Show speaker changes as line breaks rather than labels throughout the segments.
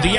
the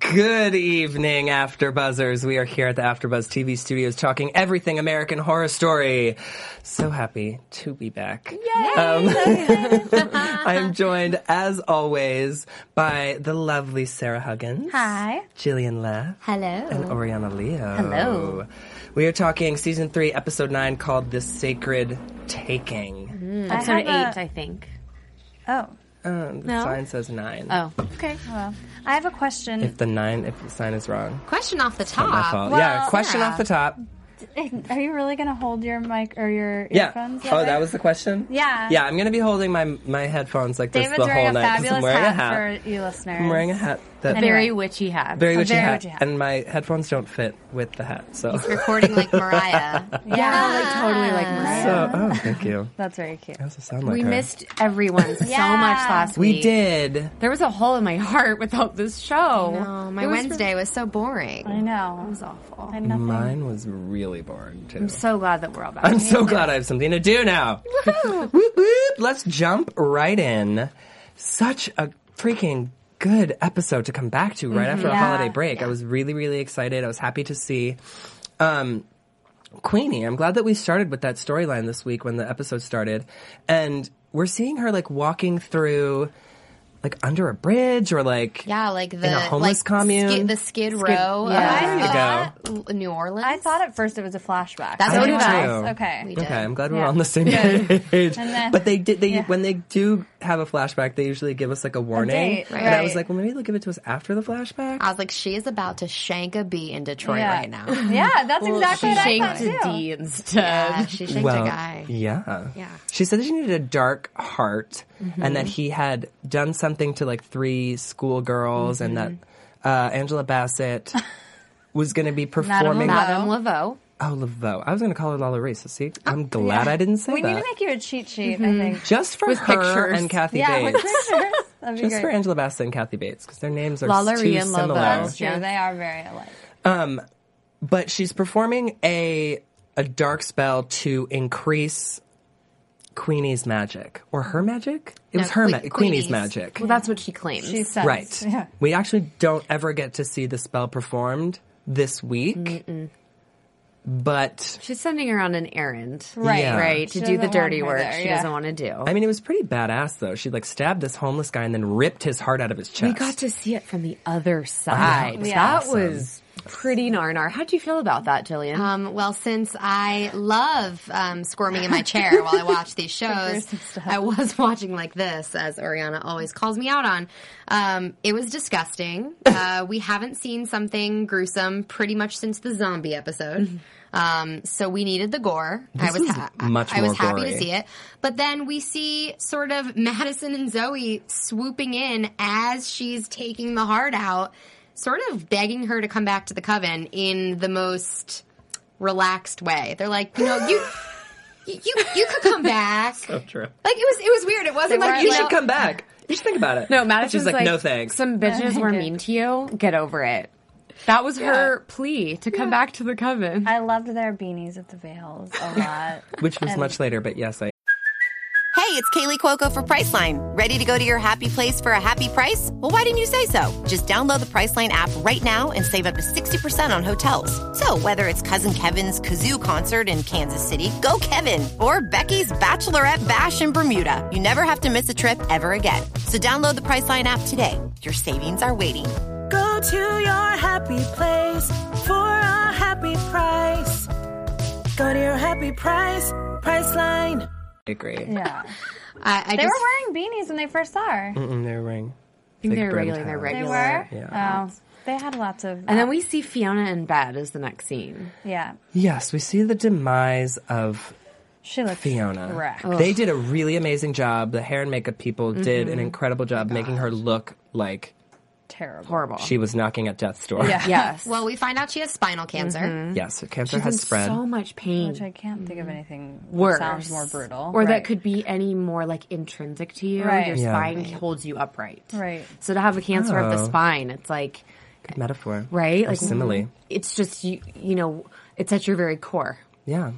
Good evening, After Buzzers. We are here at the AfterBuzz TV studios talking everything American Horror Story. So happy to be back. Um, I am joined, as always, by the lovely Sarah Huggins.
Hi.
Jillian Leff. And
Hello.
Oriana Leo.
Hello.
We are talking season three, episode nine, called "The Sacred Taking."
Episode eight,
have
I think.
Oh,
Um, the sign says nine.
Oh, okay.
well, I have a question.
If the nine, if the sign is wrong,
Question off the
my
top.
fault.
Well,
yeah. Question
yeah.
off the top.
Are you really gonna hold your mic or your
Yeah.
earphones?
oh,
way?
that was the question.
Yeah.
Yeah, I'm gonna be holding my my headphones like
David's
this the
wearing
whole
a
night because
fabulous
I'm wearing
hat,
a hat.
for you listeners.
I'm wearing a hat that
Anyway.
Very witchy hat.
very witchy
very
hat,
witchy hat.
and my headphones don't fit with the hat. So, so
Recording like Mariah.
Yeah, like totally like
oh, thank you.
That's very cute.
I also sound like
we
her.
missed everyone so
Yeah.
much last
We
week.
did.
There was a hole in my heart without this show.
No, Oh, my
It was
Wednesday was so boring.
I know. It
really- it was awful.
I had nothing.
Mine was really boring too.
I'm so glad that we're all back.
I'm so glad I have something to do now. Whoop, whoop. Let's jump right in. Such a freaking good episode to come back to right after a
Mm-hmm. Yeah.
holiday break. I was really, really excited. I was happy to see. Um, Queenie, I'm glad that we started with that storyline this week when the episode started. And we're seeing her like walking through like under a bridge or like
Yeah, like the
in a homeless
like,
commune.
Skid, the Skid Row of
There you
Yeah.
go.
uh, New Orleans.
I thought at first it was a flashback.
That's
So
what
it
it
was.
was.
Okay.
did.
Okay, I'm glad we're
Yeah.
on the same page.
then-
but they did. They
yeah.
when they do have a flashback, they usually give us like a warning.
date,
And I
right.
was like, well, maybe they'll give it to us after the flashback.
I was like, she is about to shank a bee in Detroit
Yeah.
right now.
Yeah, that's exactly
She
what I
shanked
thought
a
too.
D instead.
Yeah, she shanked
well,
a guy.
yeah,
Yeah.
She said that she needed a dark heart,
Mm-hmm.
and that he had done something to like three schoolgirls, and
Mm-hmm.
that uh, Angela Bassett. Was going to be performing.
Laveau.
Madame Laveau.
Oh, Laveau. I was going to call her Lala Reese. See, I'm glad I didn't say
Oh, We
that.
need to make you a cheat sheet.
Mm-hmm.
I think.
Just for her
pictures.
and Kathy
yeah, with
Bates.
pictures. That'd be
Just for
great.
Angela Bassett and Kathy Bates because their names are
La
too
Laurie and La
similar.
Belle.
That's true.
Yeah.
They are very alike.
But she's performing a a dark spell to increase Queenie's magic or her magic. It was her
Que-
ma- Queenie's
Queenie's.
magic,
Well, that's what she claims.
She says.
right?
Yeah.
We actually don't ever get to see the spell performed this week, but
She's sending her on an errand.
Right.
Yeah.
Right.
She
To do the
doesn't
dirty
want her
work
there,
she
yeah.
doesn't want to do.
I mean, it was pretty badass though. She like stabbed this homeless guy and then ripped his heart out of his chest.
We got to see it from the other side.
Yeah.
That
Awesome.
was pretty narnar. How'd you feel about that, Jillian?
Um, well, since I love um, squirming in my chair while I watch these shows, I was watching like this, as Oriana always calls me out on. Um, it was disgusting. Uh, we haven't seen something gruesome pretty much since the zombie episode. Um, so we needed the gore. I was,
Mm-hmm. was
ha-
much
I was
more
happy
gory.
to see it. But then we see sort of Madison and Zoe swooping in as she's taking the heart out, sort of begging her to come back to the coven in the most relaxed way. They're like, you know, you you you could come back.
So true.
Like it was it was weird. It wasn't like
weren't
You
know-
should come back. You should think about it.
No, Madison's
She's like, no thanks.
Some bitches were mean to you. Get over it. That was her plea to come back to the coven.
I loved their beanies with the veils a lot.
Which was much later, but yes, I
it's Kaylee Cuoco for Priceline. Ready to go to your happy place for a happy price? Well, why didn't you say so? Just download the Priceline app right now and save up to 60% on hotels. So, whether it's Cousin Kevin's Kazoo concert in Kansas City, go Kevin, or Becky's Bachelorette Bash in Bermuda, you never have to miss a trip ever again. So, download the Priceline app today. Your savings are waiting.
Go to your happy place for a happy price. Go to your happy price, price line.
I agree.
Yeah.
I, I
They
just,
were wearing beanies when they first saw her.
Mm, they're wearing.
think
big
they're
brim
regular- they're
ties.
They
regular.
were?
Yeah.
Oh, they had lots of. uh,
And then we see Fiona in bed is the next scene.
Yeah.
Yes, we see the demise of
She looked
Fiona.
Correct.
Oh,
They did a really amazing job. The hair and makeup people did an incredible job making her look like
terrible.
Horrible.
she was knocking at death's door.
Yeah.
yes.
well, we find out she has spinal cancer.
Yes, cancer
She's in
has spread.
so much pain.
Which I can't think of anything
Mm-hmm. worse.
that sounds more brutal.
Or that
Right.
could be any more like intrinsic to you.
Right.
Your
Yeah.
spine holds you upright.
Right.
So to have a cancer of the
Oh.
spine, it's like
Good metaphor.
right? mm-hmm.
Or simile.
It's just you you know, it's at your very core.
Yeah.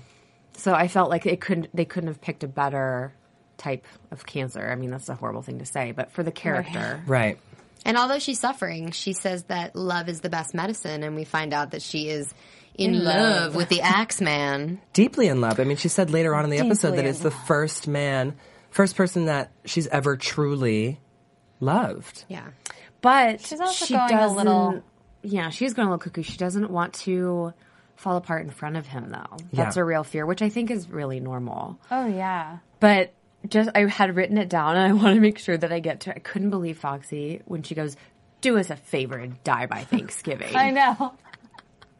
So I felt like it couldn't they couldn't have picked a better type of cancer. I mean, that's a horrible thing to say, but for the character.
Right.
And although she's suffering, she says that love is the best medicine, and we find out that she is in, love. with the Axe Man.
Deeply in love. I mean, she said later on in the episode that
Deeply
it's
in
the first man, first person that she's ever truly loved.
Yeah.
But
She's also
she
going a
doesn't,
little-
Yeah, she's going a little cuckoo. She doesn't want to fall apart in front of him though. That's
Yeah.
a real fear, which I think is really normal.
Oh, yeah.
But just I had written it down and I want to make sure that I get to I couldn't believe Foxy when she goes, Do us a favor and die by Thanksgiving.
I
I,
know.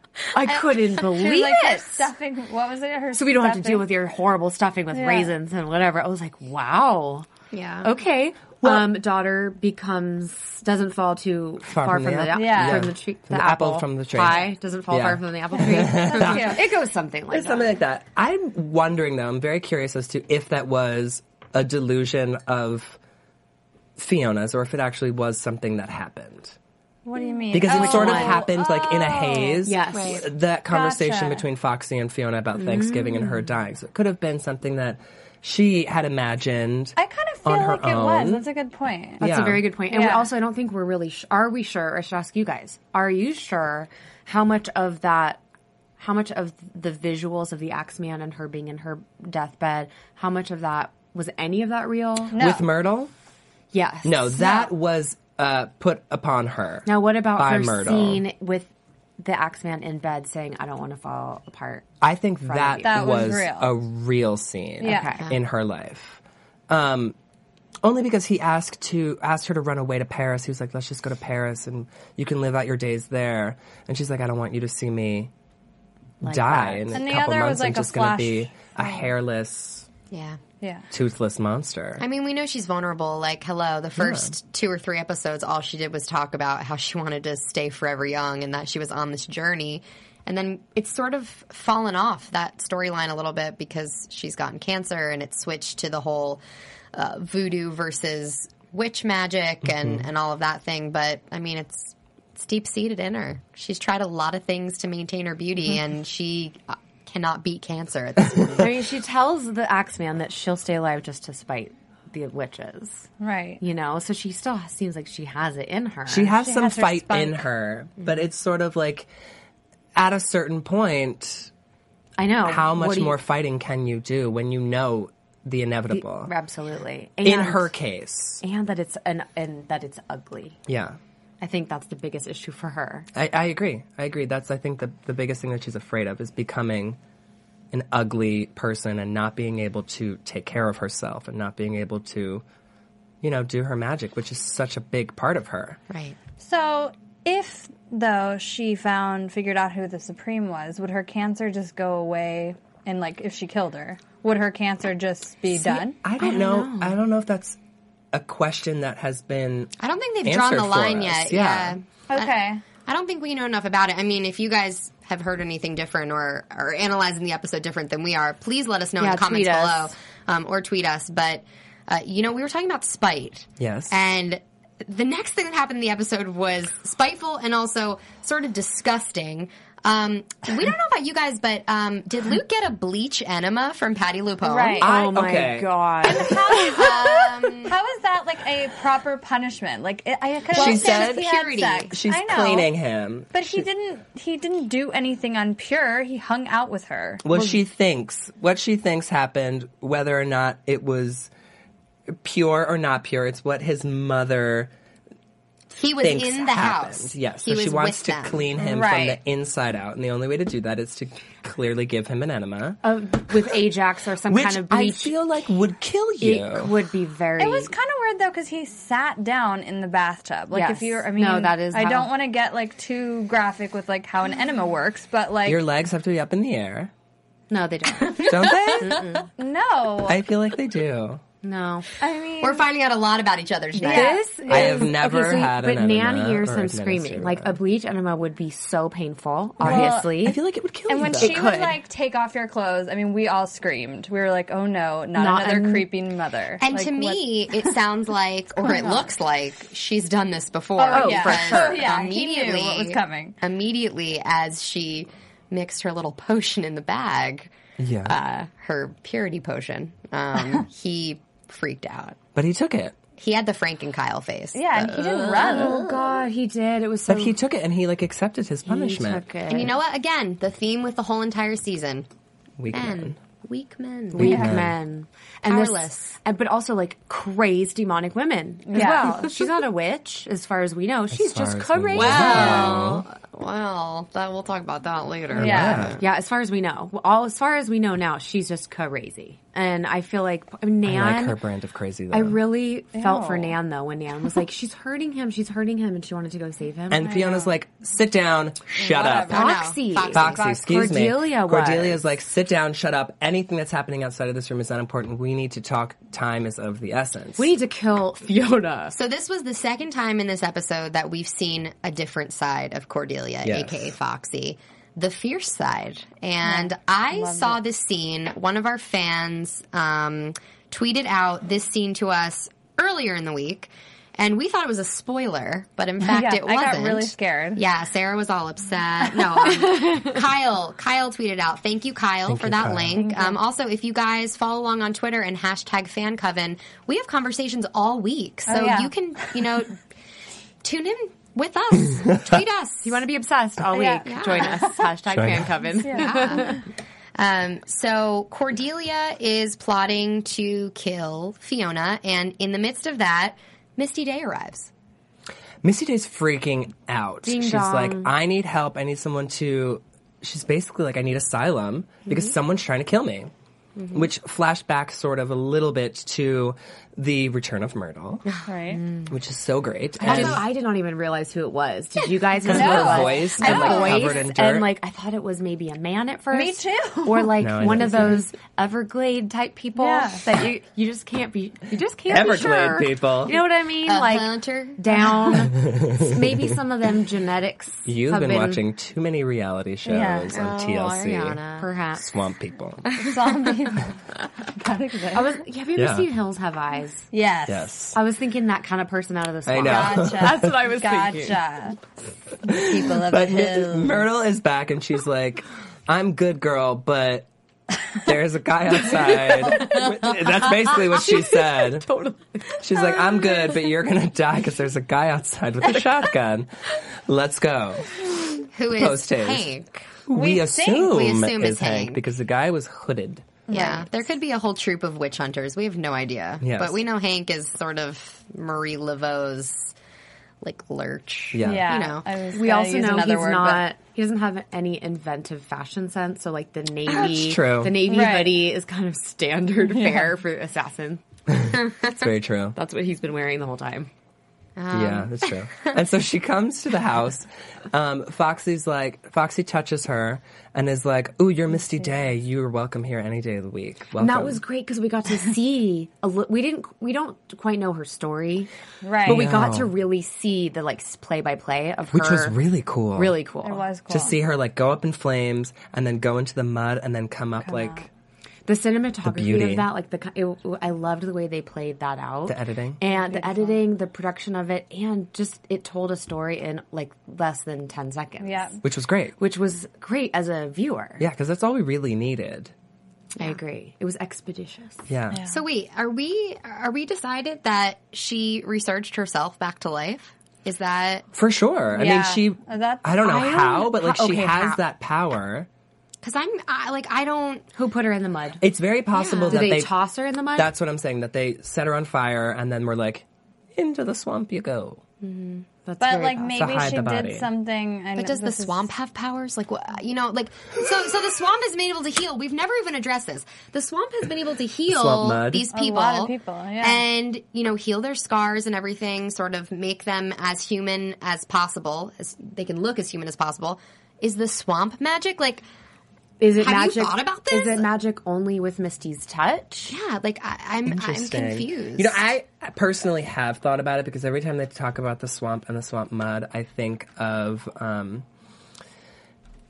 couldn't
She was
believe
like her
it.
stuffing. What was it? Her
So we don't have to
stuffing-
deal with your horrible stuffing with
Yeah.
raisins and whatever. I was like, Wow.
Yeah.
Okay. um, daughter becomes doesn't fall too
Far
far
from
from,
the
the,
app-
a-
yeah.
from the tree,
From
the
the apple from the tree.
pie doesn't fall
Yeah.
far from the apple tree. it goes something like
It's something
that.
like that. I'm wondering though. I'm very curious as to if that was a delusion of Fiona's, or if it actually was something that happened.
What do you mean?
Because it
Oh,
sort of
Right.
happened like in a haze.
Yes. Right.
That conversation
Gotcha. Mm.
between Foxy and Fiona about Thanksgiving and her dying. So it could have been something that she had imagined.
I kind of feel
on her
like it was.
own.
That's a good point.
That's
Yeah.
a very good point. And we
Yeah.
also, I don't think we're really. Sh- are we sure? I should ask you guys. Are you sure how much of that, how much of the visuals of the Axeman and her being in her deathbed, how much of that was any of that real?
No.
With Myrtle?
Yes.
No, that was uh, put upon her.
Now, what about
by
her
Myrtle.
scene with the Axeman in bed saying, "I don't want to fall apart"?
I think
front of
that,
you.
That was
was,
real.
a real scene
Yeah.
Okay.
in her life. Um, only because he asked to asked her to run away to Paris. He was like, "Let's just go to Paris and you can live out your days there." And she's like, "I don't want you to see me die
that.
in
And
a
the
couple
other was
months. I'm
like a
just going to
flash
be a hairless,
Yeah.
Yeah.
toothless monster."
I mean, we know she's vulnerable. Like, hello, the first two or three episodes, all she did was talk about how she wanted to stay forever young and that she was on this journey. And then it's sort of fallen off that storyline a little bit because she's gotten cancer and it's switched to the whole uh, voodoo versus witch magic and,
Mm-hmm.
and all of that thing. But I mean, it's it's deep seated in her. She's tried a lot of things to maintain her beauty,
Mm-hmm.
and she uh, cannot beat cancer at this point.
I mean, she tells the Axeman that she'll stay alive just to spite the witches.
Right.
You know, so she still seems like she has it in her.
She has some
has her
fight
spunk.
in her, but it's sort of like at a certain point,
I know.
how
What
much
do you-
more fighting can you do when you know the inevitable?
Absolutely.
in
And-
her case,
and that it's an and that it's ugly.
yeah.
I think that's the biggest issue for her.
I, I agree. I agree. That's I think the the biggest thing that she's afraid of is becoming an ugly person and not being able to take care of herself and not being able to, you know, do her magic, which is such a big part of her.
right.
So if though she found figured out who the supreme was, would her cancer just go away? And like, if she killed her, would her cancer just be done?
I don't, know, I don't know if that's a question that has been
I don't think they've drawn
answered
the
for
line
us.
yet.
Yeah.
Okay.
I don't think we know enough about it. I mean, if you guys have heard anything different or are analyzing the episode different than we are, please let us know
Yeah,
in the comments
tweet
below
us.
um, or tweet us. But, uh, you know, we were talking about spite.
Yes.
And the next thing that happened in the episode was spiteful and also sort of disgusting. Um, we don't know about you guys, but um, did Luke get a bleach enema from Patty Lupone?
Right.
I-
oh my
okay.
god.
How, how is that like a proper punishment? Like it, I could
She
understand
said
if he had
purity.
sex.
She's
I know.
cleaning him.
But he didn't. He didn't do anything unpure. He hung out with her.
What she thinks, what she thinks happened, whether or not it was pure or not pure, it's what his mother
He was
thinks
in the
happened.
house.
Yes,
He
so she
was
wants
with
to
them.
clean him
Right.
from the inside out, and the only way to do that is to clearly give him an enema,
Of- with Ajax or some
which
kind of
I
bleach.
feel like would kill
it
you.
would be very.
It was kind of weird though because he sat down in the bathtub. Like
Yes.
if you're, I mean,
No, that is
I
how-
don't want to get like too graphic with like how an enema works, but like
Your legs have to be up in the air,
no, they don't.
don't they?
no, I,
I feel like they do.
no.
mean,
We're finding out a lot about each other tonight.
This
I have
is-
never
you-
had an
But Nan
enema
hears
or
him
administered
screaming. Like
one.
a bleach enema would be so painful. Obviously,
I feel like it would kill
and
you.
when
though.
she would
could.
like take off your clothes, I mean, we all screamed. We were like, oh no, not,
Not
another
an-
creepy mother.
And
Like,
to
what-
me, it sounds like, or it looks like, she's done this before.
Oh, yeah.
because
Oh, yeah. He knew
Immediately,
what was coming.
Immediately, as she mixed her little potion in the bag,
yeah,
uh, her purity potion, um, he freaked out.
but he took it.
He had the Frank and Kyle face.
yeah, and he didn't run.
oh god, he did. It was so.
But he took it, and he like accepted his
Oh. he
punishment.
took it.
And you know what? Again, the theme with the whole entire season.
Weak
Men.
man.
Weak men.
Weak
Yeah.
men and this-
Powerless.
and- but also like crazed demonic women as
Yeah.
well. She's not a witch, as far as we know. She's
far
just
as we know.
crazy.
Well, well, that we'll talk about that later.
Yeah.
Yeah, as far as we know, all as far as we know now, she's just crazy. And I feel like Nan.
I like her brand of crazy. Though.
I really felt for
Ew.
Nan though when Nan was like, "She's hurting him. She's hurting him," and she wanted to go save him.
And Fiona's like, sit down, shut
Oh,
up.
no.
Foxy.
Foxy.
Foxy, excuse
Cordelia
me.
was.
Cordelia's like, sit down, shut up. Anything that's happening outside of this room is not important. We need to talk. Time is of the essence.
we need to kill Fiona.
So this was the second time in this episode that we've seen a different side of Cordelia,
Yes.
aka Foxy, the fierce side. And I saw this scene. One of our fans um, tweeted out this scene to us earlier in the week. And we thought it was a spoiler, but in fact,
Yeah,
it
I
wasn't.
got really scared.
Yeah, Sarah was all upset. No, um, Kyle. Kyle tweeted out, "Thank you, Kyle, for that link." Um, also, if you guys follow along on Twitter and hashtag FanCoven, we have conversations all week, so
Oh, yeah.
you can, you know, tune in with us, tweet us.
You want to be obsessed all
Yeah.
week? Join us. Hashtag fan coven.
Um, so Cordelia is plotting to kill Fiona, and in the midst of that, Misty Day arrives.
Missy Day's freaking out. She's
dong.
like, I need help. I need someone to. She's basically like, I need asylum because
Mm-hmm.
someone's trying to kill me. Which flashed back sort of a little bit to the return of Myrtle,
Right?
Mm.
which is so great.
Also,
And
I did not even realize who it was. Did you guys? know
her
who it was?
voice
I
and, like,
know.
covered in
Voice,
dirt.
and, like I thought it was maybe a man at first.
Me too.
Or like
No, I
one
know
of those Everglade type people
Yeah.
that you you just can't be you just can't
Everglade
be sure.
people.
You know what I mean?
Uh,
like
Hunter?
down. maybe some of them genetics.
you've
have Oh,
been, watching too many reality shows
Yeah.
on TLC.
Perhaps
Swamp people.
Zombie. that exists.
I was. Have you ever
Yeah.
seen Hills Have Eyes?
Yes.
yes.
I was thinking that kind of person out of the swamp.
I know.
Gotcha.
That's what I was thinking.
gotcha. People of
But
the
Mi-
hill.
Myrtle is back and she's like, I'm good, girl, but there's a guy outside. That's basically what she said.
Totally.
She's like, I'm good, but you're going to die because there's a guy outside with a shotgun. Let's go.
Who is
Post haste.
Hank?
We, assume,
think- we assume
is
it's Hank.
Hank because the guy was hooded.
Yeah, there could be a whole troop of witch hunters. We have no idea.
Yes.
But we know Hank is sort of Marie Laveau's like lurch.
Yeah.
yeah,
you know.
I was
We
gonna
also
use
know he's
another word, but-
not. He doesn't have any inventive fashion sense. So like the navy,
That's true.
the navy
Right.
hoodie is kind of standard fare for assassin.
It's very true.
That's what he's been wearing the whole time.
yeah, that's true. and so she comes to the house. Um, Foxy's like, Foxy touches her and is like, Ooh, you're Misty Day. You're welcome here any day of the week. Welcome.
And that was great because we got to see a li- we didn't we don't quite know her story,
right.
but we got
No.
to really see the like play by play of
Which
her,
was really cool.
really cool.
It was cool.
to see her like go up in flames and then go into the mud and then come up like
the cinematography
beauty.
of that, like the co- it, I loved the way they played that out.
The editing.
and the editing, the production of it, and just it told a story in like less than ten seconds.
Yeah.
which was great.
which was great as a viewer.
Yeah, because that's all we really needed.
I agree. It was expeditious.
Yeah.
So wait, are we are we decided that she researched herself back to life? Is that
For sure. I
Yeah.
mean, she.
That's-
I don't know
I
how,
don't-
but like
how-
she
okay,
has
how?
that power.
because I'm I, like I don't.
Who put her in the mud?
It's very possible
Did
that
they, toss her in the mud?
That's what I'm saying. That they set her on fire and then were like, into the swamp you go.
That's
But
very
like
possible.
maybe
hide
she
the
did
body.
something. And
But does the
this is-
swamp have powers? Like what you know, like so so the swamp has been able to heal. We've never even addressed this. The swamp has been able to
swamp
heal
mud.
these
A
people,
lot of people, yeah.
and you know, heal their scars and everything. Sort of make them as human as possible, as they can look as human as possible. Is the swamp magic? Like
Is it
Have you
magic?
thought about
Is
this?
it magic only with Misty's touch?
yeah, like I, I'm I'm confused.
You know, I personally have thought about it because every time they talk about the swamp and the swamp mud, I think of um,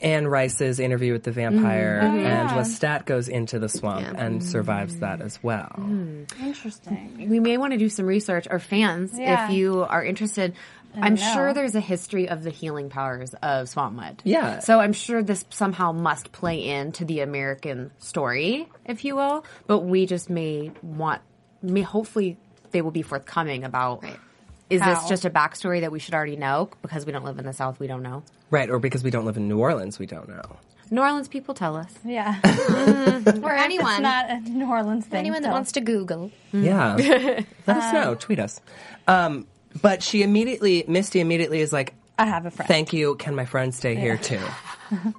Anne Rice's interview with the vampire,
Mm-hmm. Oh,
and Lestat goes into the swamp and survives that as well.
Mm-hmm.
Interesting.
We may want to do some research, or fans,
Yeah.
if you are interested. I'm
know.
sure there's a history of the healing powers of swamp mud.
Yeah.
So I'm sure this somehow must play into the American story, if you will. But we just may want, may hopefully they will be forthcoming about.
Right.
Is
How?
this just a backstory that we should already know because we don't live in the South? We don't know.
Right, or because we don't live in New Orleans, we don't know.
New Orleans people tell us.
Yeah.
or anyone
Not a New Orleans thing.
anyone that
so-
wants to Google.
Mm.
Yeah. Let us know. Tweet us. Um, but she immediately, Misty immediately is like,
I have a friend.
Thank you. Can my friend stay here too?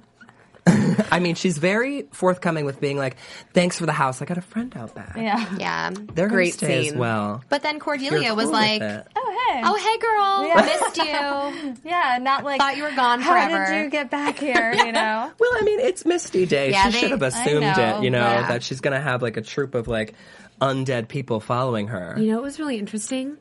I mean, she's very forthcoming with being like, "Thanks for the house. I got a friend out back.
yeah.
Yeah,
They're gonna
Great
stay as
scene.
well."
but then Cordelia
You're
was
cool with
like,
it.
Oh hey.
"Oh hey girl,
Yeah.
missed you."
Yeah. Not like
Thought you were gone
How
forever."
did you get back here? You know.
well, I mean, it's Misty Day.
Yeah,
she
they-
should have
I
assumed
know,
it, you know,
yeah.
that she's gonna have like a troop of like undead people following her.
You know, it was really interesting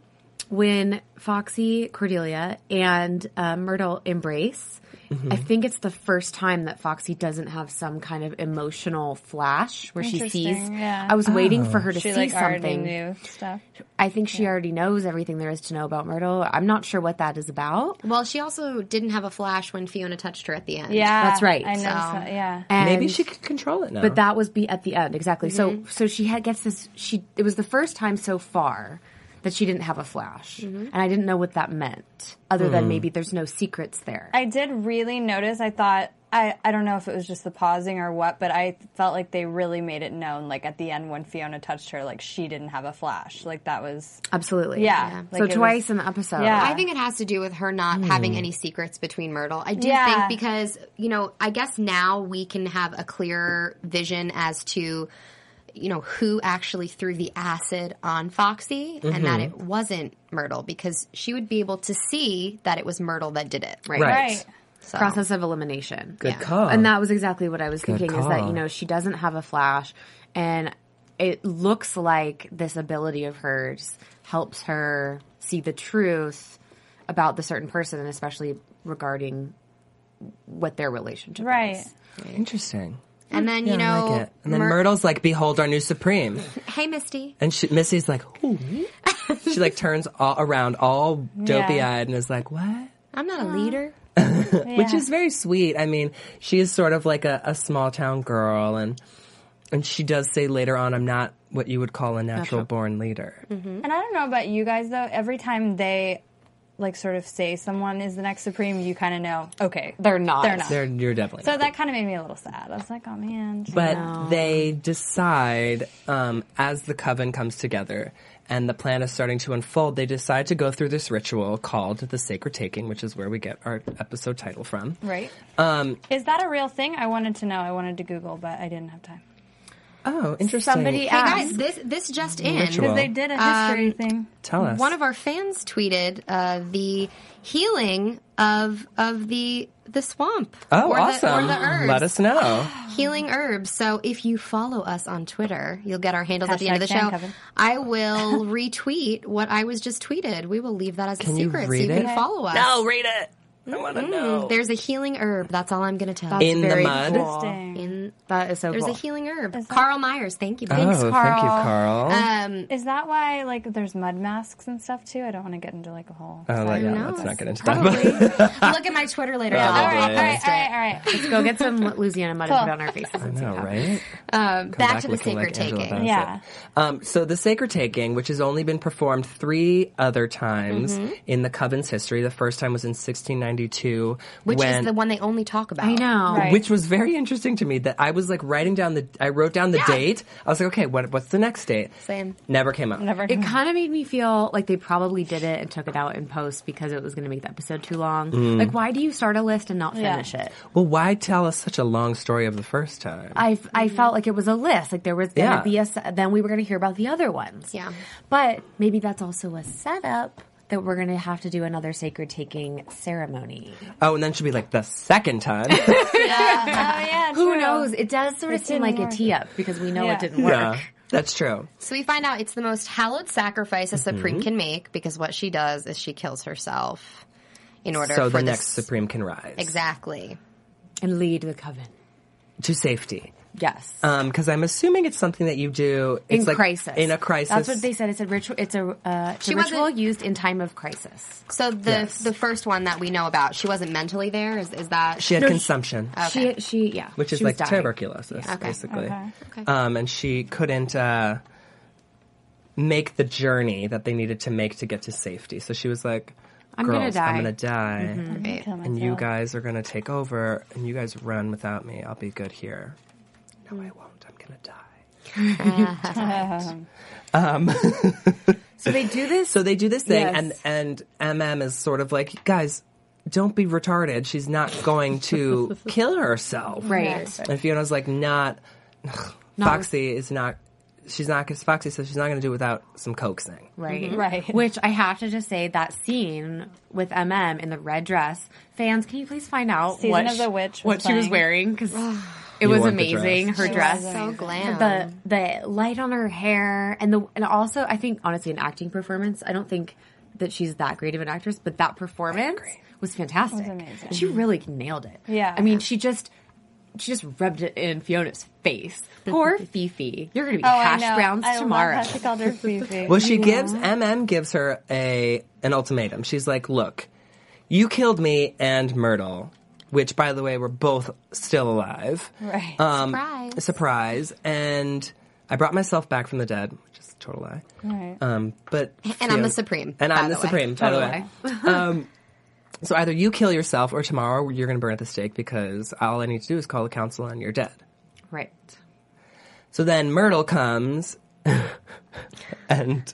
when Foxy, Cordelia, and uh, Myrtle embrace.
Mm-hmm.
I think it's the first time that Foxy doesn't have some kind of emotional flash where she
Interesting,
sees.
yeah.
I was waiting for her to
She
see
like already
something.
knew stuff.
I think she already knows everything there is to know about Myrtle. I'm not sure what that is about.
Well, she also didn't have a flash when Fiona touched her at the end.
Yeah.
That's right.
I know.
So-
that, yeah.
And
Maybe she could control it now.
But that was be at the end exactly.
Mm-hmm.
So so she had gets this. She it was the first time so far that she didn't have a flash,
Mm-hmm.
and I didn't know what that meant. Other
Hmm.
than maybe there's no secrets there.
I did really notice. I thought I I don't know if it was just the pausing or what, but I felt like they really made it known. Like at the end when Fiona touched her, like she didn't have a flash. Like that was
Absolutely.
Yeah. Yeah. Like,
so
it was-
twice in the episode.
Yeah.
I think it has to do with her
Hmm.
not having any secrets between Myrtle. I do
Yeah.
think because, you know, I guess now we can have a clearer vision as to, you know, who actually threw the acid on Foxy and that
Mm-hmm.
it wasn't Myrtle because she would be able to see that it was Myrtle that did it, right?
Right.
right.
So.
process of elimination.
Good call.
And that was exactly what I was thinking is that,
call.
you know, she doesn't have a flash and it looks like this ability of hers helps her see the truth about the certain person and especially regarding what their relationship
Right.
is.
Interesting.
And then, you
I
know,
like it. And then
Myr-
Myrtle's like, "Behold our new supreme,"
hey, Misty.
and she, Missy's like, "Who?" she like turns all around, all dopey eyed, and is like, "What?"
I'm not a leader.
which is very sweet. I mean, she is sort of like a, a small town girl, and and she does say later on, "I'm not what you would call a
Uh-huh.
natural born leader."
And I don't know about you guys though. Every time they like sort of say someone is the next supreme, you kind of know. Okay,
They're not.
They're not.
They're, you're definitely.
so
not.
that kind of made me a little sad. I was like, oh man.
but they decide um, as the coven comes together and the plan is starting to unfold. They decide to go through this ritual called the sacred taking, which is where we get our episode title from.
right. is that a real thing? I wanted to know. I wanted to Google, but I didn't have time.
Oh, interesting.
Somebody
Hey,
asked
guys, this, this just in.
Ritual.
They did a history thing.
Tell us.
One of our fans tweeted uh, the healing of of the the swamp.
oh,
or The, or
awesome.
the herbs.
Let us know.
Healing herbs. So if you follow us on Twitter, you'll get our handles at the end of the
Hashtag
show.
fan coven.
I will retweet what I was just tweeted. We will leave that as a
Can you
secret
read
so you
it?
can follow us. Mm,
read it. I want to know.
There's a healing herb. That's all I'm going to tell.
That's
In the
very
mud?
cool.
Interesting.
In-
That is so
there's
cool.
a healing herb. Carl Myers. Thank you.
oh,
Thanks,
thank you,
Carl.
Carl.
Um,
Is that why like there's mud masks and stuff too? I don't want to get into like a whole.
oh, like, yeah,
no,
let's not get into
probably.
that.
Look at my Twitter later.
Yeah,
All
Probably.
right,
all right, all right, all right.
Let's go get some Louisiana mud and put it on our faces.
I know, right?
um, back,
back
to the
looking
sacred
like Angela
taking.
Bassett.
Yeah.
Um, so the sacred taking, which has only been performed three other times in the coven's history. The first time was in 1692,
Which
when
is the one they only talk about.
I know.
Right.
which was very interesting to me. That I was like writing down the, I wrote down the date. I was like, okay, what, what's the next date?
Same.
Never came up.
Never.
It kind of made me feel like they probably did it and took it out in post because it was going to make the episode too long. Like, why do you start a list and not
Yeah.
finish it?
Well, why tell us such a long story of the first time?
I, I felt like it was a list. Like there was going to
Yeah.
be a, se- then we were going to hear about the other ones.
Yeah.
But maybe that's also a setup that we're going to have to do another sacred taking ceremony.
oh, and then she'll be like the second time.
Oh yeah.
Who
true.
knows? It does sort of
It
seem
didn't
like
work.
a tee up because we know
Yeah.
it didn't work.
yeah, that's true.
So we find out it's the most hallowed sacrifice a
Mm-hmm.
supreme can make because what she does is she kills herself in order
So
for
the
this-
next supreme can rise
Exactly.
And lead the coven.
to safety.
Yes.
Because I'm assuming it's something that you do Uh, it's
in
like
crisis.
In a crisis,
That's what they said. It's a ritual. It's a, uh, it's a
She wasn't-
ritual used in time of crisis.
So the
Yes.
the first one that we know about, she wasn't mentally there. Is, is that
she had consumption,
Okay.
She, she, yeah.
which is
Oh. she was
like
dying.
tuberculosis, basically.
Okay.
Um, and she couldn't uh, make the journey that they needed to make to get to safety. So she was like,
I'm gonna
"Girls,
die."
I'm
Mm-hmm.
gonna die,
Right.
and you guys are gonna take over, and you guys run without me. I'll be good here. No, I won't. I'm gonna die."
Uh-huh.
So they do this.
So they do this thing,
Yes.
and and MM is sort of like, guys, don't be retarded. She's not going to kill herself,
Right.
And Fiona's like, not. Foxy is not. She's not because Foxy says she's not going to do it without some coaxing.
Right.
Right.
Which I have to just say that scene with MM in the red dress. Fans, can you please find out
Season
what
of the Witch was
what she was
playing.
wearing because it was
want the
amazing.
dress.
Her
She
dress.
was so glam.
The the light on her hair and the and also I think honestly an acting performance. I don't think that she's that great of an actress, but that performance was fantastic.
amazing.
She really nailed it.
Yeah.
I mean, she just she just rubbed it in Fiona's face. Poor Fifi. You're gonna be
Oh,
hash
I know.
browns
I
tomorrow.
Love how she called her Fifi.
Well, she gives MM gives her a an ultimatum. She's like, look, you killed me and Myrtle, which by the way were both still alive.
Right.
Um,
Surprise.
Surprise. And I brought myself back from the dead, which is a total lie.
Right. Oh
Um, but
And I'm the Supreme,
And I'm
by
the,
the way.
Supreme. By the way. um, so either you kill yourself, or tomorrow you're going to burn at the stake because all I need to do is call the council and you're dead.
Right.
So then Myrtle comes, and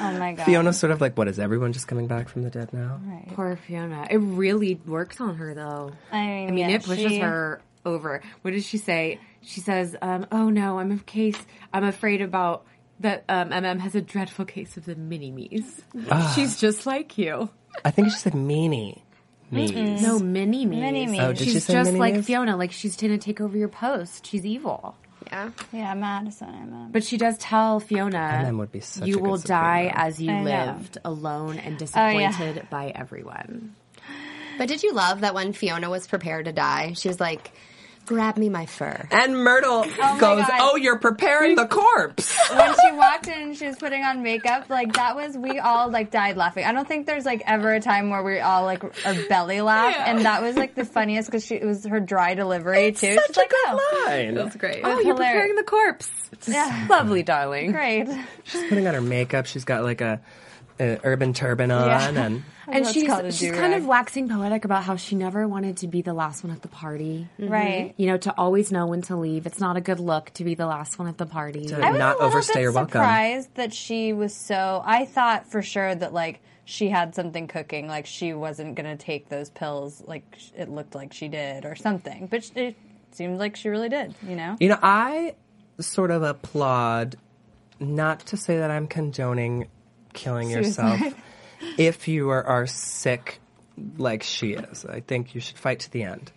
oh my god.
Fiona's sort of like, "What is everyone just coming back from the dead now?"
Poor Fiona. It really works on her though.
I mean,
I mean,
yeah,
it pushes
she-
her over. What does she say? She says, um, "Oh no, I'm a case. I'm afraid about that. Um, MM has a dreadful case of the mini me's.
Ah.
She's just like you.
I think she said meanie. Meanies.
No mini me's.
Mini-me's.
Oh, did she
she's
say
just like
mini-me's?
Fiona. Like she's going to take over your post. She's evil.
Yeah.
Yeah, Madison. I meant.
But she does tell Fiona,
MM would be such a
"You
good
will
Sabrina.
die as you
I know. Oh,
lived, alone and
yeah.
disappointed by everyone."
But did you love that when Fiona was prepared to die, she was like, "Grab me my fur."
And Myrtle goes,
God.
"Oh, you're preparing the corpse."
when she walked in and she was putting on makeup, like that was we all like died laughing. I don't think there's like ever a time where we all like our belly laugh, and that was like the funniest because she it was her dry delivery too. She's like, oh,
Fine.
Great.
Oh, you're
hilarious.
preparing the corpse.
Yeah.
Lovely, darling.
great.
She's putting on her makeup. She's got like a, a urban turban on, and
and
Let's
she's
call it a
she's
do-rag.
kind of waxing poetic about how she never wanted to be the last one at the party.
Right.
You know, to always know when to leave. It's not a good look to be the last one at the party.
I was
not
a little
overstay
bit
your welcome.
surprised that she was so. I thought for sure that like she had something cooking, like she wasn't gonna take those pills, like sh- it looked like she did or something. But sh- it seemed like she really did. You know.
You know, I sort of applaud, not to say that I'm condoning killing yourself if you are, are sick like she is. I think you should fight to the end.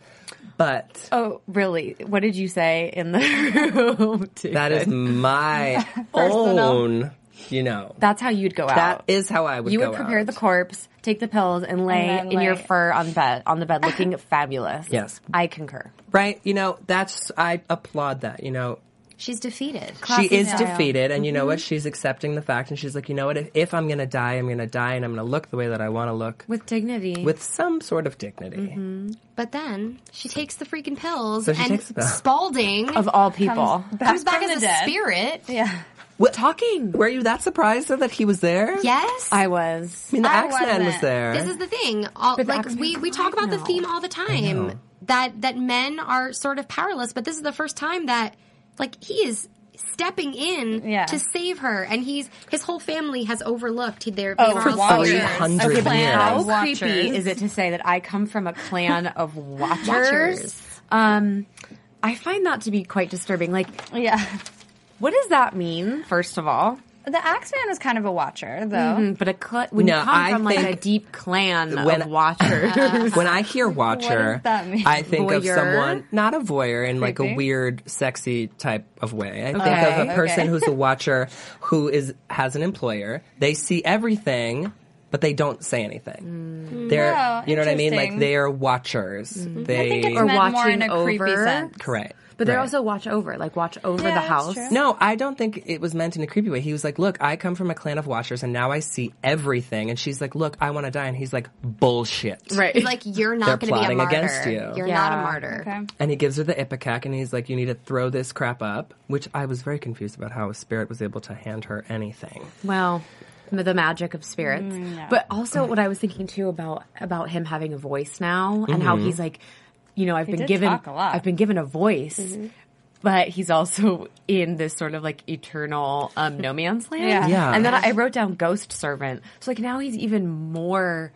But
Oh, really? What did you say in the room?
that is my own you know.
That's how you'd go out.
That is how I would
You
go
would prepare
out.
the corpse, take the pills, and lay
And then
in your
lay.
fur on bed on the bed, looking fabulous.
Yes.
I concur.
right? You know, that's I applaud that. You know,
She's defeated.
she is defeated, and you
Mm-hmm.
know what? She's accepting the fact, and she's like, you know what? If, if I'm gonna die, I'm gonna die, and I'm gonna look the way that I want to look
With dignity.
with some sort of dignity.
Mm-hmm.
But then she takes the freaking pills
So she
and
takes the pill.
Spalding
of all people.
comes back
from
as
the
a
dead.
spirit.
Yeah.
What talking? Were you that surprised though, that he was there?
Yes.
I was.
I mean, the
I
Axeman was
wasn't.
there.
This is the thing. All,
But
like
Aquaman's
we, we
alive
talk about the
now.
theme all the time that that men are sort of powerless, but this is the first time that like he is stepping in
Yeah.
to save her, and he's his whole family has overlooked their
Oh,
their
for
Watchers.
300
Okay, but
years.
How
Of watchers.
creepy is it to say that I come from a clan of watchers?
Watchers.
Um, I find that to be quite disturbing. Like,
Yeah.
what does that mean? First of all,
The Axeman was kind of a watcher, though.
but a cl-
Mm-hmm,
when
No,
you come
I
from like a
think-
deep clan
When-
of watchers,
when I hear watcher,
does that mean?
I think of
Voyeur?
someone not a voyeur in like a
Creepy.
weird, sexy type of way. I
Okay.
think of a person
Okay.
who's a watcher who is has an employer. They see everything, but they don't say anything. They're
Oh,
you know what I mean? Like
interesting. Mm-hmm.
they are watchers. They
I think it's
Or
meant more in a
watching
creepy
over.
sense.
correct.
but they're
right.
also watch over, like watch over the
Yeah, that's
house.
true.
No, I don't think it was meant in a creepy way. He was like, "Look, I come from a clan of watchers, and now I see everything." And she's like, "Look, I want to die," and he's like, "Bullshit!"
Right.
He's like, you're
They're
not going to be a
plotting
martyr.
against you.
You're
Yeah.
not a martyr.
Okay.
And he gives her the ipecac, and he's like, "You need to throw this crap up." Which I was very confused about how a spirit was able to hand her anything.
Well, m- the magic of spirits.
Mm,
But also, what I was thinking too about about him having a voice now and how he's like, you know, I've been
did
given,
talk a lot. Mm-hmm.
I've been given a voice. But he's also in this sort of like eternal um, no man's land.
Yeah.
Yeah.
And then I wrote down ghost servant. So like now he's even more.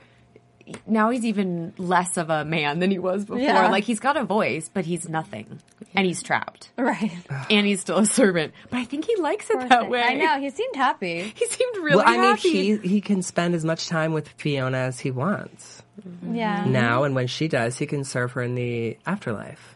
Now he's even less of a man than he was before.
Yeah.
Like he's got a voice, but he's nothing, and he's trapped,
Right.
and he's still a servant. But I think he likes it that way.
I know. He seemed happy.
He seemed really
well, I mean,
happy.
he he can spend as much time with Fiona as he wants
Mm-hmm.
Yeah.
now, and when she dies, he can serve her in the afterlife,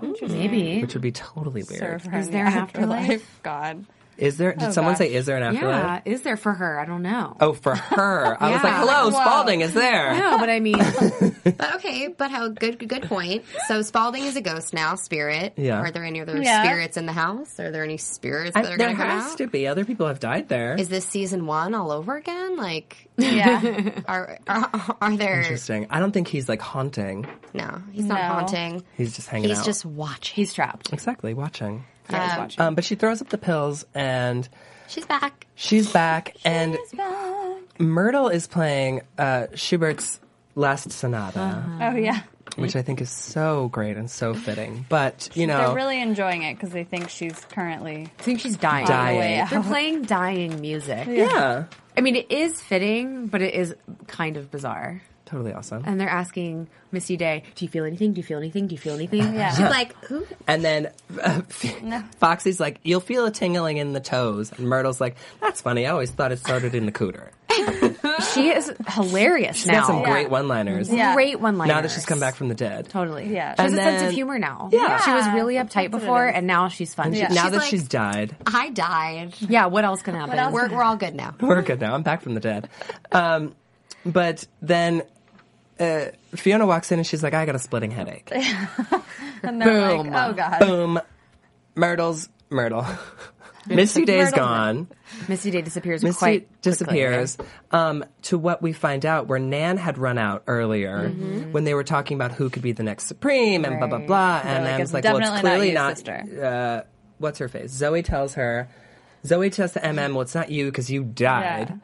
Maybe.
which would be totally weird.
Serve her
Is
in
there
the
an afterlife?
God.
Is there? Did someone say, "Is there an afterlife?"
Oh, Yeah. Is there for her? I don't know.
Oh, for her, I was
Yeah.
like, "Hello,
Whoa.
Spalding is there?"
No, but I mean,
But okay, but how good good point. So Spalding is a ghost now, spirit.
Yeah.
Are there any other
Yeah.
spirits in the house? Are there any spirits
I-
that are
there
going to come
has
out?
to be other people have died there.
Is this season one all over again? Like,
Yeah.
are are, are there?
Interesting. I don't think he's like haunting.
No, he's not
No.
haunting.
He's just hanging
He's
out.
just watching.
he's trapped.
exactly watching.
Yeah, he's watching.
Um, but she throws up the pills and
She's back.
she's back. and Myrtle is playing uh, Schubert's Last Sonata,
Uh-huh.
Oh, yeah.
which I think is so great and so fitting. But you
They're
know,
really enjoying it because they think she's currently.
I think she's dying.
Dying.
way out.
They're playing dying music.
yeah,
I mean, it is fitting, but it is kind of bizarre.
totally awesome.
Uh-huh.
And they're asking Missy Day, "Do you feel anything? Do you feel anything? Do you feel anything?"
Yeah.
She's like, ooh,
And then uh, Foxy's like, "You'll feel a tingling in the toes," and Myrtle's like, "That's funny. I always thought it started in the cooter."
She is hilarious
She's
now.
got some
Yeah.
great one-liners.
Yeah.
Great one-liners.
Now that she's come back from the dead,
Totally.
Yeah.
She has
And
a sense
then-
of humor now.
Yeah.
She was really
Yeah.
uptight
That's what it
before,
is.
and now she's fun.
She-
Yeah.
now
She's
that
like-
she's died,
I died.
What else can happen?
We're, we're all good now.
We're good now. I'm back from the dead. Um, but then uh, Fiona walks in and she's like, I got a splitting headache.
And they're
Boom.
like, oh, God.
Boom. Myrtle's Myrtle. Misty Day's
Myrtle's-
gone.
Missy Day disappears
Misty
quite quickly.
disappears. Um, to what we find out, where Nan had run out earlier when they were talking about who could be the next Supreme and blah, blah, blah. And
like,
Nan's
"It's
like, well, it's
definitely not
clearly not.
you, sister.
uh, what's her face? Zoe tells her, Zoe tells the MM, well, it's not you because you died.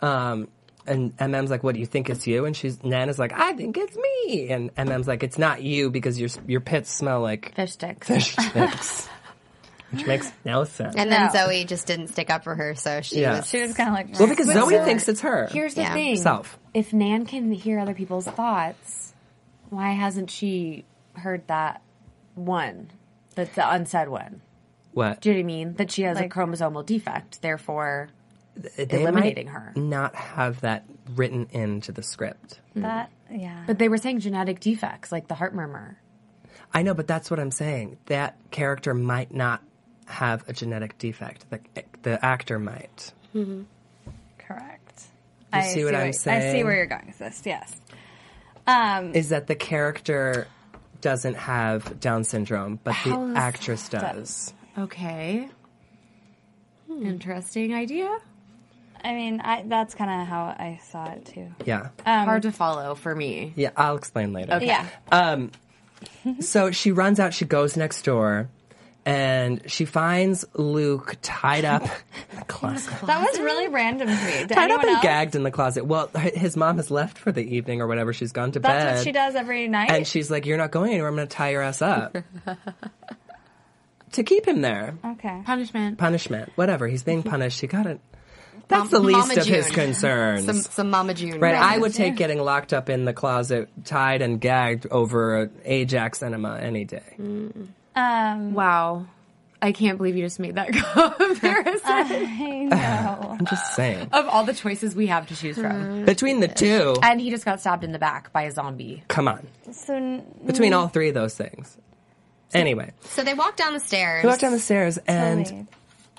Um, and MM's like, "What do you think it's you?" And she's Nana's like, "I think it's me." And MM's like, "It's not you because your your pits smell like
Fish sticks.
fish sticks," which makes no sense.
And then
No.
Zoe just didn't stick up for her, so she
Yeah.
was.
She was kind of like,
well, because
"Meh."
Zoe
Zoe-
thinks it's her.
Here's the
Yeah.
thing.
Self.
If Nan can hear other people's thoughts, why hasn't she heard that one? That's the unsaid one.
what
Do you know what I mean? That she has
Like-
a chromosomal defect, therefore
They
eliminating
might
her.
Not have that written into the script.
that, yeah.
But they were saying genetic defects, like the heart murmur.
I know, but that's what I'm saying. That character might not have a genetic defect. The the actor might.
Correct.
You see what I'm
I see
saying?
where you're going with this. Yes. Um,
is that the character doesn't have Down syndrome, but
How
the
is
actress does.
Okay.
Hmm.
Interesting idea.
I mean, I, that's kind of how I saw it too.
Yeah.
Hard to follow for me.
yeah, I'll explain later.
Yeah.
So she runs out, she goes next door, and she finds Luke tied up. Classic.
That was really random to me. Did
Tied up
anyone
and
else?
gagged in the closet. Well, her- his mom has left for the evening or whatever. She's gone to
That's
bed.
what she does every night.
And she's like, You're not going anywhere. I'm going to tie your ass up. to keep him there.
okay.
Punishment.
Punishment. Whatever. He's being punished. He got it. That's
Mom-
the least
Mama
of his
June.
concerns.
Some some Mama June.
Right,
moments.
I would take getting locked up in the closet, tied and gagged over a Ajax enema any day.
Um,
Wow. I can't believe you just made that comparison.
I know.
I'm just saying.
of all the choices we have to choose
Mm-hmm.
Mm.
from.
Between the two,
And he just got stabbed in the back by a zombie.
come on.
so n-
Between all three of those things. Anyway,
So they walk down the stairs.
they walk down the stairs and
totally.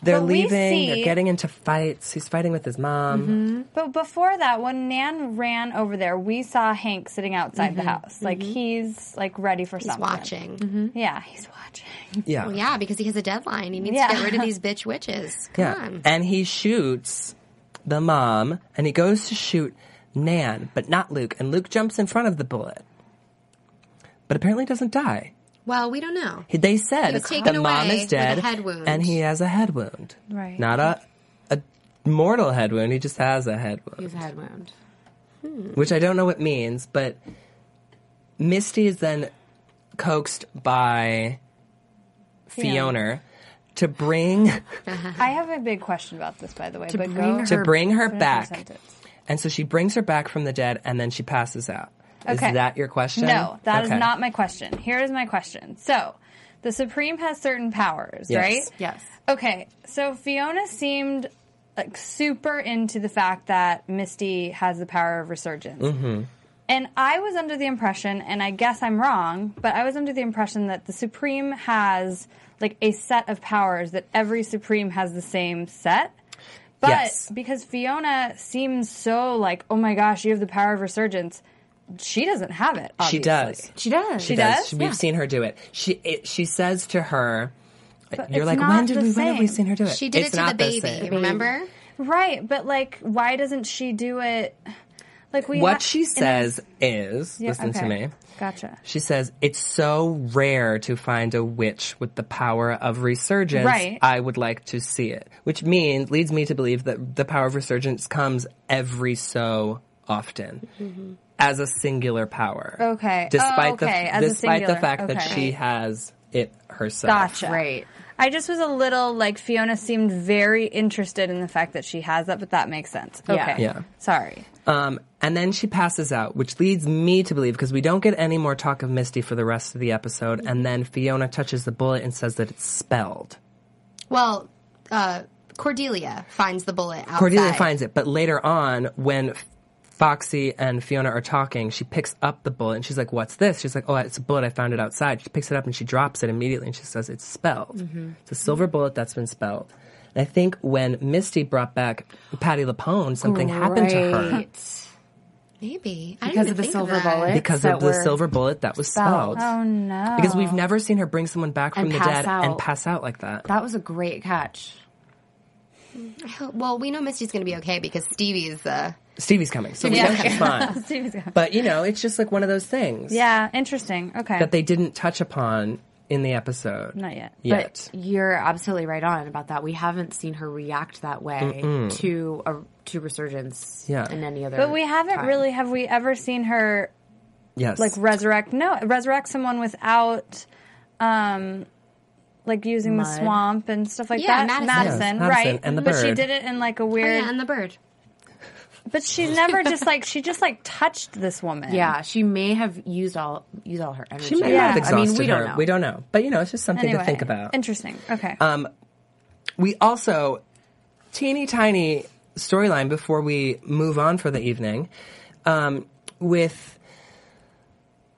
they're
But we
leaving.
see-
They're getting into fights. He's fighting with his mom.
Mm-hmm.
But before that, when Nan ran over there, we saw Hank sitting outside the house. Like he's like ready for
He's
something.
watching.
Yeah, he's watching.
Yeah,
Well, yeah, because he has a deadline. He needs
Yeah.
to get rid of these bitch witches. Come
yeah.
on.
And he shoots the mom, and he goes to shoot Nan, but not Luke. And Luke jumps in front of the bullet, but apparently doesn't die.
Well, we don't know.
He- They said
was taken
the mom
away
is dead,
with a head wound.
and he has a head wound.
Right.
Not a a mortal head wound. He just has a head wound,
He has a head wound.
Mm.
which I don't know what means. But Misty is then coaxed by Fiona, to bring
I have a big question about this, by the way. but
bring
go
her
to bring her
finish your
back,
sentence.
and so she brings her back from the dead, and then she passes out.
Okay.
Is that your question?
No, that is
Okay.
not my question. Here is my question. So, the Supreme has certain powers,
Yes.
right?
Yes.
Okay, so Fiona seemed like super into the fact that Misty has the power of resurgence.
Mm-hmm.
And I was under the impression, and I guess I'm wrong, but I was under the impression that the Supreme has like a set of powers that every Supreme has the same set. But
Yes.
because Fiona seems so like, oh my gosh, you have the power of resurgence, she doesn't have it. Obviously.
She does.
She does.
She
does?
We've seen her do it. She it, she says to her, "You're
it's
like,
not
when did
the
we? When have we
same.
seen her do it?
She did
It's
it to the
not
baby.
same.
Remember?
Right, but like, why doesn't she do it? Like we ha-
What she
in a-
says is,
Yeah,
listen to
okay.
me.
Gotcha.
She says it's so rare to find a witch with the power of resurgence.
Right.
I would like to see it, which means leads me to believe that the power of resurgence comes every so often. As a singular power,
Mm-hmm. Okay. Oh,
Despite
okay,
the
as a
despite the
singular.
fact that
Okay.
she has it herself,
Gotcha.
Right.
I just was a little like Fiona seemed very interested in the fact that she has that, but that makes sense. Okay.
Yeah.
Yeah.
Sorry.
Um, and then she passes out, which leads me to believe because we don't get any more talk of Misty for the rest of the episode. And then Fiona touches the bullet and says that it's spelled.
Well, uh, Cordelia finds the bullet outside.
Cordelia finds it, but later on, when F- Foxy and Fiona are talking, she picks up the bullet and she's like, "What's this?" She's like, "Oh, it's a bullet. I found it outside." She picks it up and she drops it immediately, and she says, "It's spelled. It's a silver bullet that's been spelled." And I think when Misty brought back Patty Lapone, something happened to her.
Maybe I
Because
didn't
of the
think
silver
that.
bullet.
because
that
of the
were-
silver bullet that was spelled.
spelled.
Oh no.
Because we've never seen her bring someone back from
And
the
pass
dead and
out.
pass out like that.
That was a great catch.
I hope- Well, we know Misty's going to be okay because Stevie's. Uh,
Stevie's coming, so we
Yeah.
know she's fine. But you know, it's just like one of those things
Yeah. Interesting. Okay.
that they didn't touch upon in the episode
Not yet.
yet.
But you're absolutely right on about that. We haven't seen her react that way to a to resurgence
Yeah.
in any other
But we haven't
time.
really. Have we ever seen her
yes,
like resurrect? No, resurrect someone without, um, like using
Mud.
the swamp and stuff like
Yeah,
that.
Madison.
Yes,
right?
Madison and the
but she
bird.
did it in like a
oh,
weird.
yeah, and the bird.
But she never just like she just like touched this woman.
Yeah, she may have used all used all her energy.
she may
Yeah.
not have
I mean,
exhausted
we don't
her.
know.
We don't know. But you know, it's just something
Anyway,
to think about.
Interesting. Okay.
we also teeny tiny storyline before we move on for the evening um, with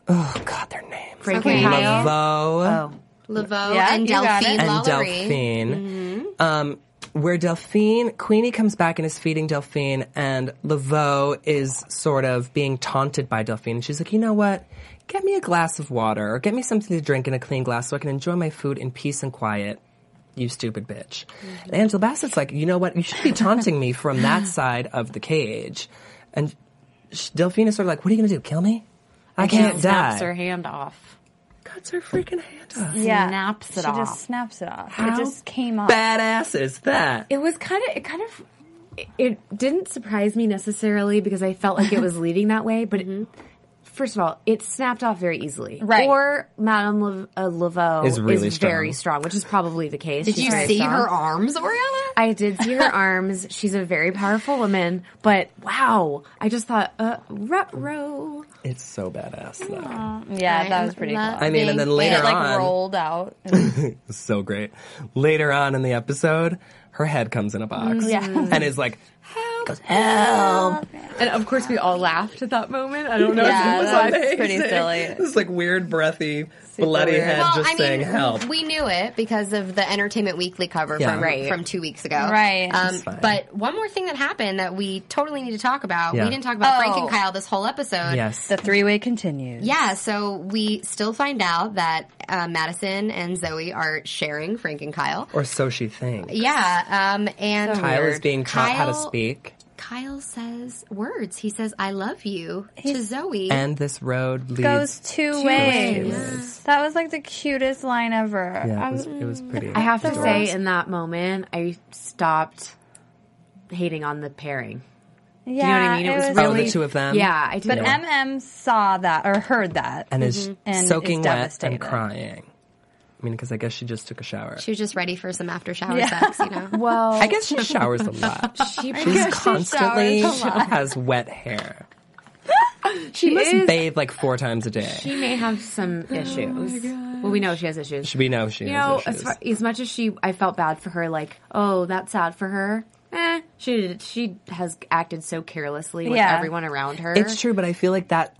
oh god, their names.
Frankie
Okay.
Kyle.
Laveau
Oh,
Laveau
Yeah,
and
you got
Delphine
it.
and
Lalaurie.
Delphine. Um, where Delphine, Queenie comes back and is feeding Delphine, and Laveau is sort of being taunted by Delphine. And she's like, you know what? Get me a glass of water or get me something to drink in a clean glass so I can enjoy my food in peace and quiet. You stupid bitch. And Angela Bassett's like, you know what? You should be taunting me from that side of the cage. And sh- Delphine is sort of like, what are you going to do? Kill me? I, can't die.
Snaps her hand off.
Cuts her freaking hand off.
Yeah,
Snaps it
she
off.
just snaps it off.
How
it just came off.
Badass is that?
It was kind of. It kind of. It didn't surprise me necessarily because I felt like it was leading that way, but. it- First of all, it snapped off very easily.
Right.
Or Madame Le- uh, Laveau
Is really
very strong, which is probably the case.
Did
She's
you
very
see
strong.
her arms, Oriana?
I did see her arms. She's a very powerful woman, but wow! I just thought, uh, row.
It's so badass. Though.
Yeah, that was pretty cool.
I mean, and then
Loving
later
It like
on,
rolled out.
so great. Later on in the episode, her head comes in a box. And is like, help. help.
And of course, we all laughed at that moment. I don't know.
yeah, that was pretty
Amazing.
silly.
This like weird, breathy, bloody
weird.
head
Well,
just
I mean,
saying help.
we knew it because of the Entertainment Weekly cover
Yeah.
from
Right.
from two weeks ago.
Right.
Um,
It's
fine.
but one more thing that happened that we totally need to talk about.
Yeah.
We didn't talk about
Oh.
Frank and Kyle this whole episode.
yes.
The three way continues.
Yeah, so we still find out that uh, Madison and Zoe are sharing Frank and Kyle.
Or so she thinks.
Yeah, um, and
Kyle is being taught how to
Kyle-
speak.
Kyle says words. He says, "I love you" to Zoe.
And this road leads.
Goes two, ways.
ways.
That was like the cutest line ever.
yeah,
I
it was,
was-
it was pretty.
I have to say, in that moment, I stopped hating on the pairing.
yeah,
Do you know what I mean? It, was,
Oh, the
really
two of them?
Yeah, I did.
But MM saw that or heard that.
and is
And
soaking
is
wet and
devastated.
crying. I mean, because I guess she just took a shower.
She was just ready for some after shower
Yeah.
sex, you know.
well,
I guess she showers a lot.
she,
She's constantly
showers a lot.
has wet hair.
she,
She must
is.
bathe like four times a day.
She may have some issues. well, we know she has issues.
we know she
you
has
know,
issues.
as, far, as much as she, I felt bad for her. Like, oh, that's sad for her. Eh, she she has acted so carelessly with
Yeah.
everyone around her.
it's true, but I feel like that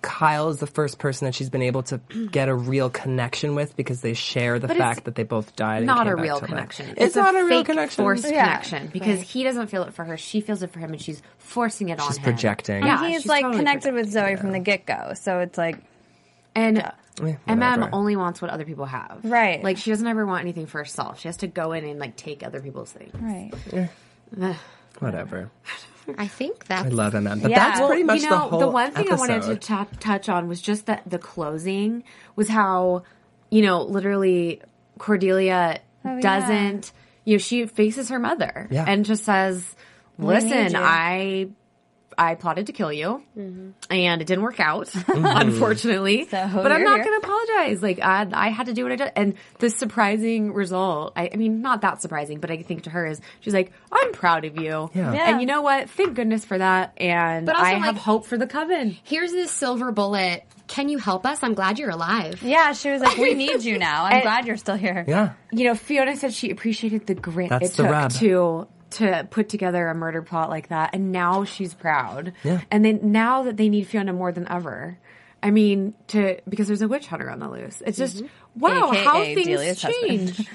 Kyle is the first person that she's been able to get a real connection with because they share the
But it's
fact that they both died. and
Not
came
a
back
real
to life.
connection.
It's, not a, real
fake
connection.
Forced
Yeah,
connection because he doesn't feel it for her. She feels it for him, and she's forcing it on
She's
him.
projecting.
Yeah,
He's
she's
like
totally
connected with Zoe from the get go. So it's like,
And
whatever.
MM only wants what other people have.
Right.
Like she doesn't ever want anything for herself. She has to go in and like take other people's things.
right.
Whatever.
I think that's
I love him, man. But
Yeah.
that's pretty
Well,
much
you know,
the whole
one thing I wanted to
episode.
ta- touch on was just that the closing was how you know literally Cordelia
Oh,
doesn't. You know, she faces her mother
Yeah.
and just says, "Listen,
you."
I." I plotted to kill you,
Mm-hmm.
and it didn't work out,
Mm-hmm.
unfortunately.
So
but I'm
you're
not
here.
going to apologize. Like I, I had to do what I did, and the surprising result. I, I mean, not that surprising, but I think to her is she's like, "I'm proud of you,"
Yeah.
Yeah.
and you know what? Thank goodness for that. And
But also,
I
like-
have hope for the coven.
Here's this silver bullet. Can you help us? I'm glad you're alive.
Yeah, she was like, we need you now. I'm glad you're still here.
yeah.
You know, Fiona said she appreciated the grit
That's
it
the
took
rub.
to to put together a murder plot like that, and now she's proud.
Yeah.
And then now that they need Fiona more than ever. I mean, to because there's a witch hunter on the loose. It's just wow
AKA
how things
Delia's husband.
change.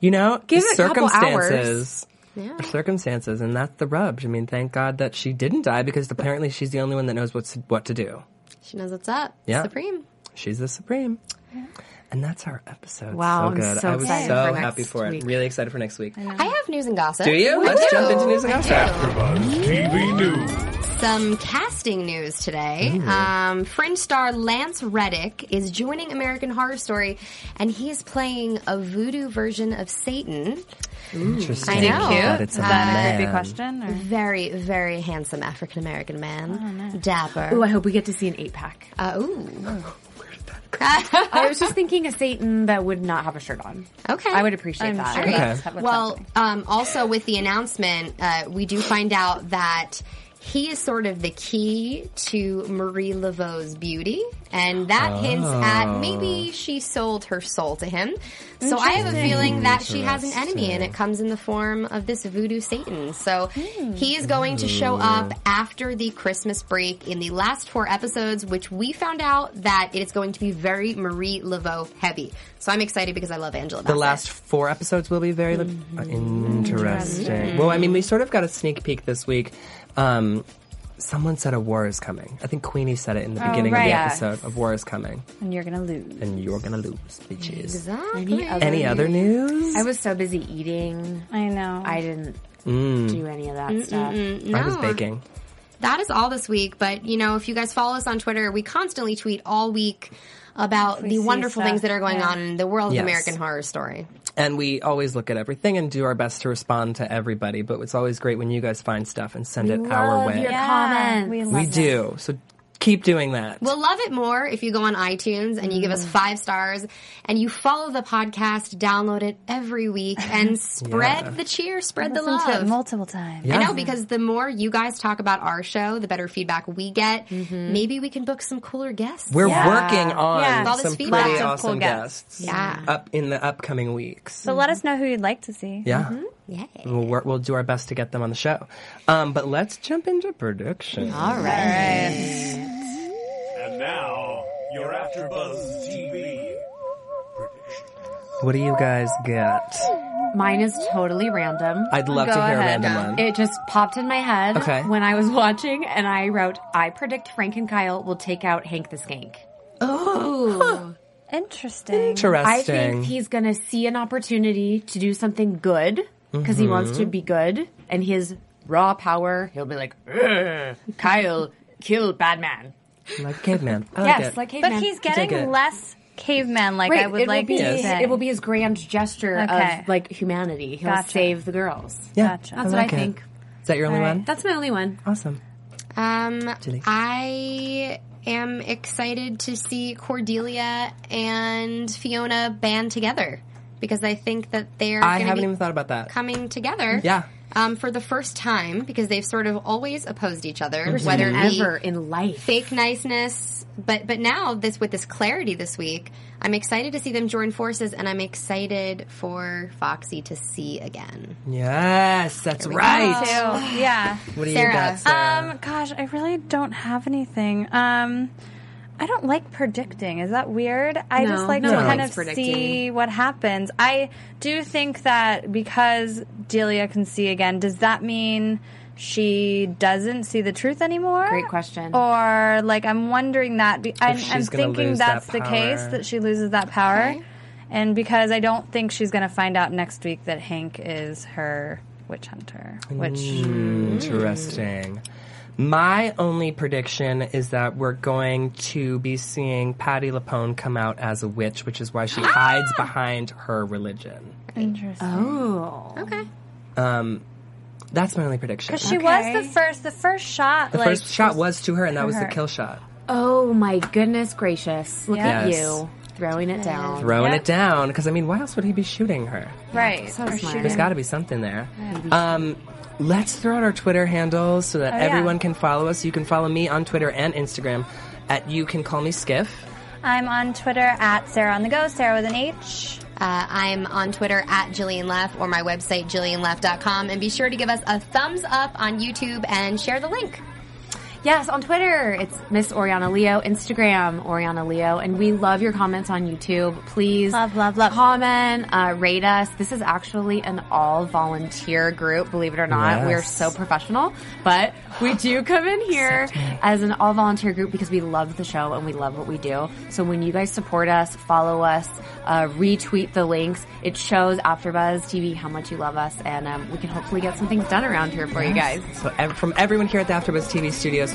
You know,
Give it a couple
circumstances. Circumstances, and that's the rub. I mean, thank God that she didn't die because apparently she's the only one that knows what's what to do.
She knows what's up.
Yeah.
Supreme.
She's the supreme. And that's our episode. so
Wow, I'm
good.
so
I was
excited
so
for
happy
next
for it.
week.
Really excited for next week.
I have news and gossip.
Do you?
I
Let's
do.
jump into news and
I
gossip.
do.
TV News.
Some casting news today. Um, Fringe star Lance Reddick is joining American Horror Story, and he is playing a voodoo version of Satan.
Interesting.
I know.
That it's a man.
Creepy question. Or?
Very, very handsome African American man. Dapper.
Ooh, I hope we get to see an eight pack.
Uh, ooh.
I was just thinking a Satan that would not have a shirt on.
Okay.
I would appreciate
I'm
that.
sure.
Okay.
that's what's
Well,
happening.
um, also with the announcement, uh, we do find out that he is sort of the key to Marie Laveau's beauty, and that hints
Oh.
at maybe she sold her soul to him. So I have a feeling that she has an enemy, and it comes in the form of this voodoo Satan. So
Hmm.
he is going to show up after the Christmas break in the last four episodes, which we found out that it is going to be very Marie Laveau heavy. So I'm excited because I love Angela.
The last four episodes will be very li- interesting. Well, I mean, we sort of got a sneak peek this week. Um, someone said a war is coming. I think Queenie said it in the beginning of
right.
the
Yeah.
episode. A war is coming,
and you're gonna lose.
and you're gonna lose, bitches.
Exactly.
Any other news?
I was so busy eating.
I know.
I didn't
Mm.
do any of that stuff.
I was baking.
that is all this week. But you know, if you guys follow us on Twitter, we constantly tweet all week about the
see
wonderful
stuff,
things that are going on in the world
Yes.
of American Horror Story.
And we always look at everything and do our best to respond to everybody, but it's always great when you guys find stuff and send it our way.
your comments.
We, love
we
that.
do. So keep doing that.
We'll love it more if you go on iTunes and you give us
Mm.
five stars and you follow the podcast, download it every week, and spread the cheer, spread the
Listen to it
love.
multiple times.
I know because the more you guys talk about our show, the better feedback we get.
Mm-hmm.
Maybe we can book some cooler guests.
We're
Yeah.
working on
Yeah. With all
this
some pretty
feedback. Lots of
awesome
cool guests.
guests.
Yeah.
Up in the upcoming weeks.
So let us know who you'd like to see.
yeah.
Yay.
We'll work, we'll do our best to get them on the show. Um, but let's jump into predictions.
All right.
And now, your After Buzz TV.
What do you guys get?
Mine is totally random.
I'd love
Go
to hear
ahead.
a random one.
It just popped in my head
Okay.
when I was watching, and I wrote, "I predict Frank and Kyle will take out Hank the Skank."
Interesting.
Interesting.
I think he's gonna see an opportunity to do something good because
Mm-hmm.
he wants to be good, and his raw power, he'll be like, "Ugh, "Kyle, kill bad man."
like caveman. I like
Yes,
it.
like
but
caveman.
he's
Dig it.
getting less caveman like
Right,
I would
it
like
will be,
to
Yes.
say.
It will be his grand gesture
Okay.
of like humanity. He'll
Gotcha.
save the girls.
yeah. I
Gotcha.
That's
like
what I
it.
think.
Is that your only one?
That's my only one.
Awesome.
Um,
Julie.
I am excited to see Cordelia and Fiona band together because I think that they're
I
gonna
haven't
be
even thought about that.
coming together.
Yeah.
Um, for the first time because they've sort of always opposed each other, whether it be
Ever in life.
fake niceness, but but now this with this clarity this week, I'm excited to see them join forces, and I'm excited for Foxy to see again.
Yes, that's
we go.
right.
Ew, yeah.
What do
Sarah.
you got, Sarah?
Um, gosh, I really don't have anything. Um, I don't like predicting. Is that weird? I
No,
just like
no
to
one
kind
likes
of
predicting.
see what happens. I do think that because Delia can see again, does that mean she doesn't see the truth anymore?
Great question.
Or like I'm wondering that. Be- I'm, I'm
she's gonna
thinking
lose
that's
that
the case
power.
that she loses that power, and because I don't think she's going to find out next week that Hank is her witch hunter, which.
Um,
Interesting. My only prediction is that we're going to be seeing Patty Lapone come out as a witch, which is why she hides behind her religion.
Oh.
Okay.
That's my only prediction.
She was the first. The first shot.
The
like,
first shot was to her, and that was the
her.
kill shot.
Oh my goodness gracious. Look at
Yes.
you throwing it down.
Throwing it down, because I mean, why else would he be shooting her?
right.
So smart.
There's got to be something there. Um, let's throw out our Twitter handles so that
yeah.
everyone can follow us. You can follow me on Twitter and Instagram at You Can Call Me Skiff.
I'm on Twitter at Sarah on the Go. Sarah with an H.
Uh, I'm on Twitter at Jillian Leff or my website, JillianLeff.com. And be sure to give us a thumbs up on YouTube and share the link.
Yes, on Twitter, it's Miss Oriana Leo, Instagram, Oriana Leo, and we love your comments on YouTube. Please
Love, love, love.
comment, uh, rate us. This is actually an all volunteer group, believe it or not.
Yes.
We're so professional, but we do come in here as an all volunteer group because we love the show and we love what we do. So when you guys support us, follow us, uh, retweet the links, it shows AfterBuzz TV how much you love us, and um, we can hopefully get some things done around here for you guys.
So ev- from everyone here at the AfterBuzz TV Studios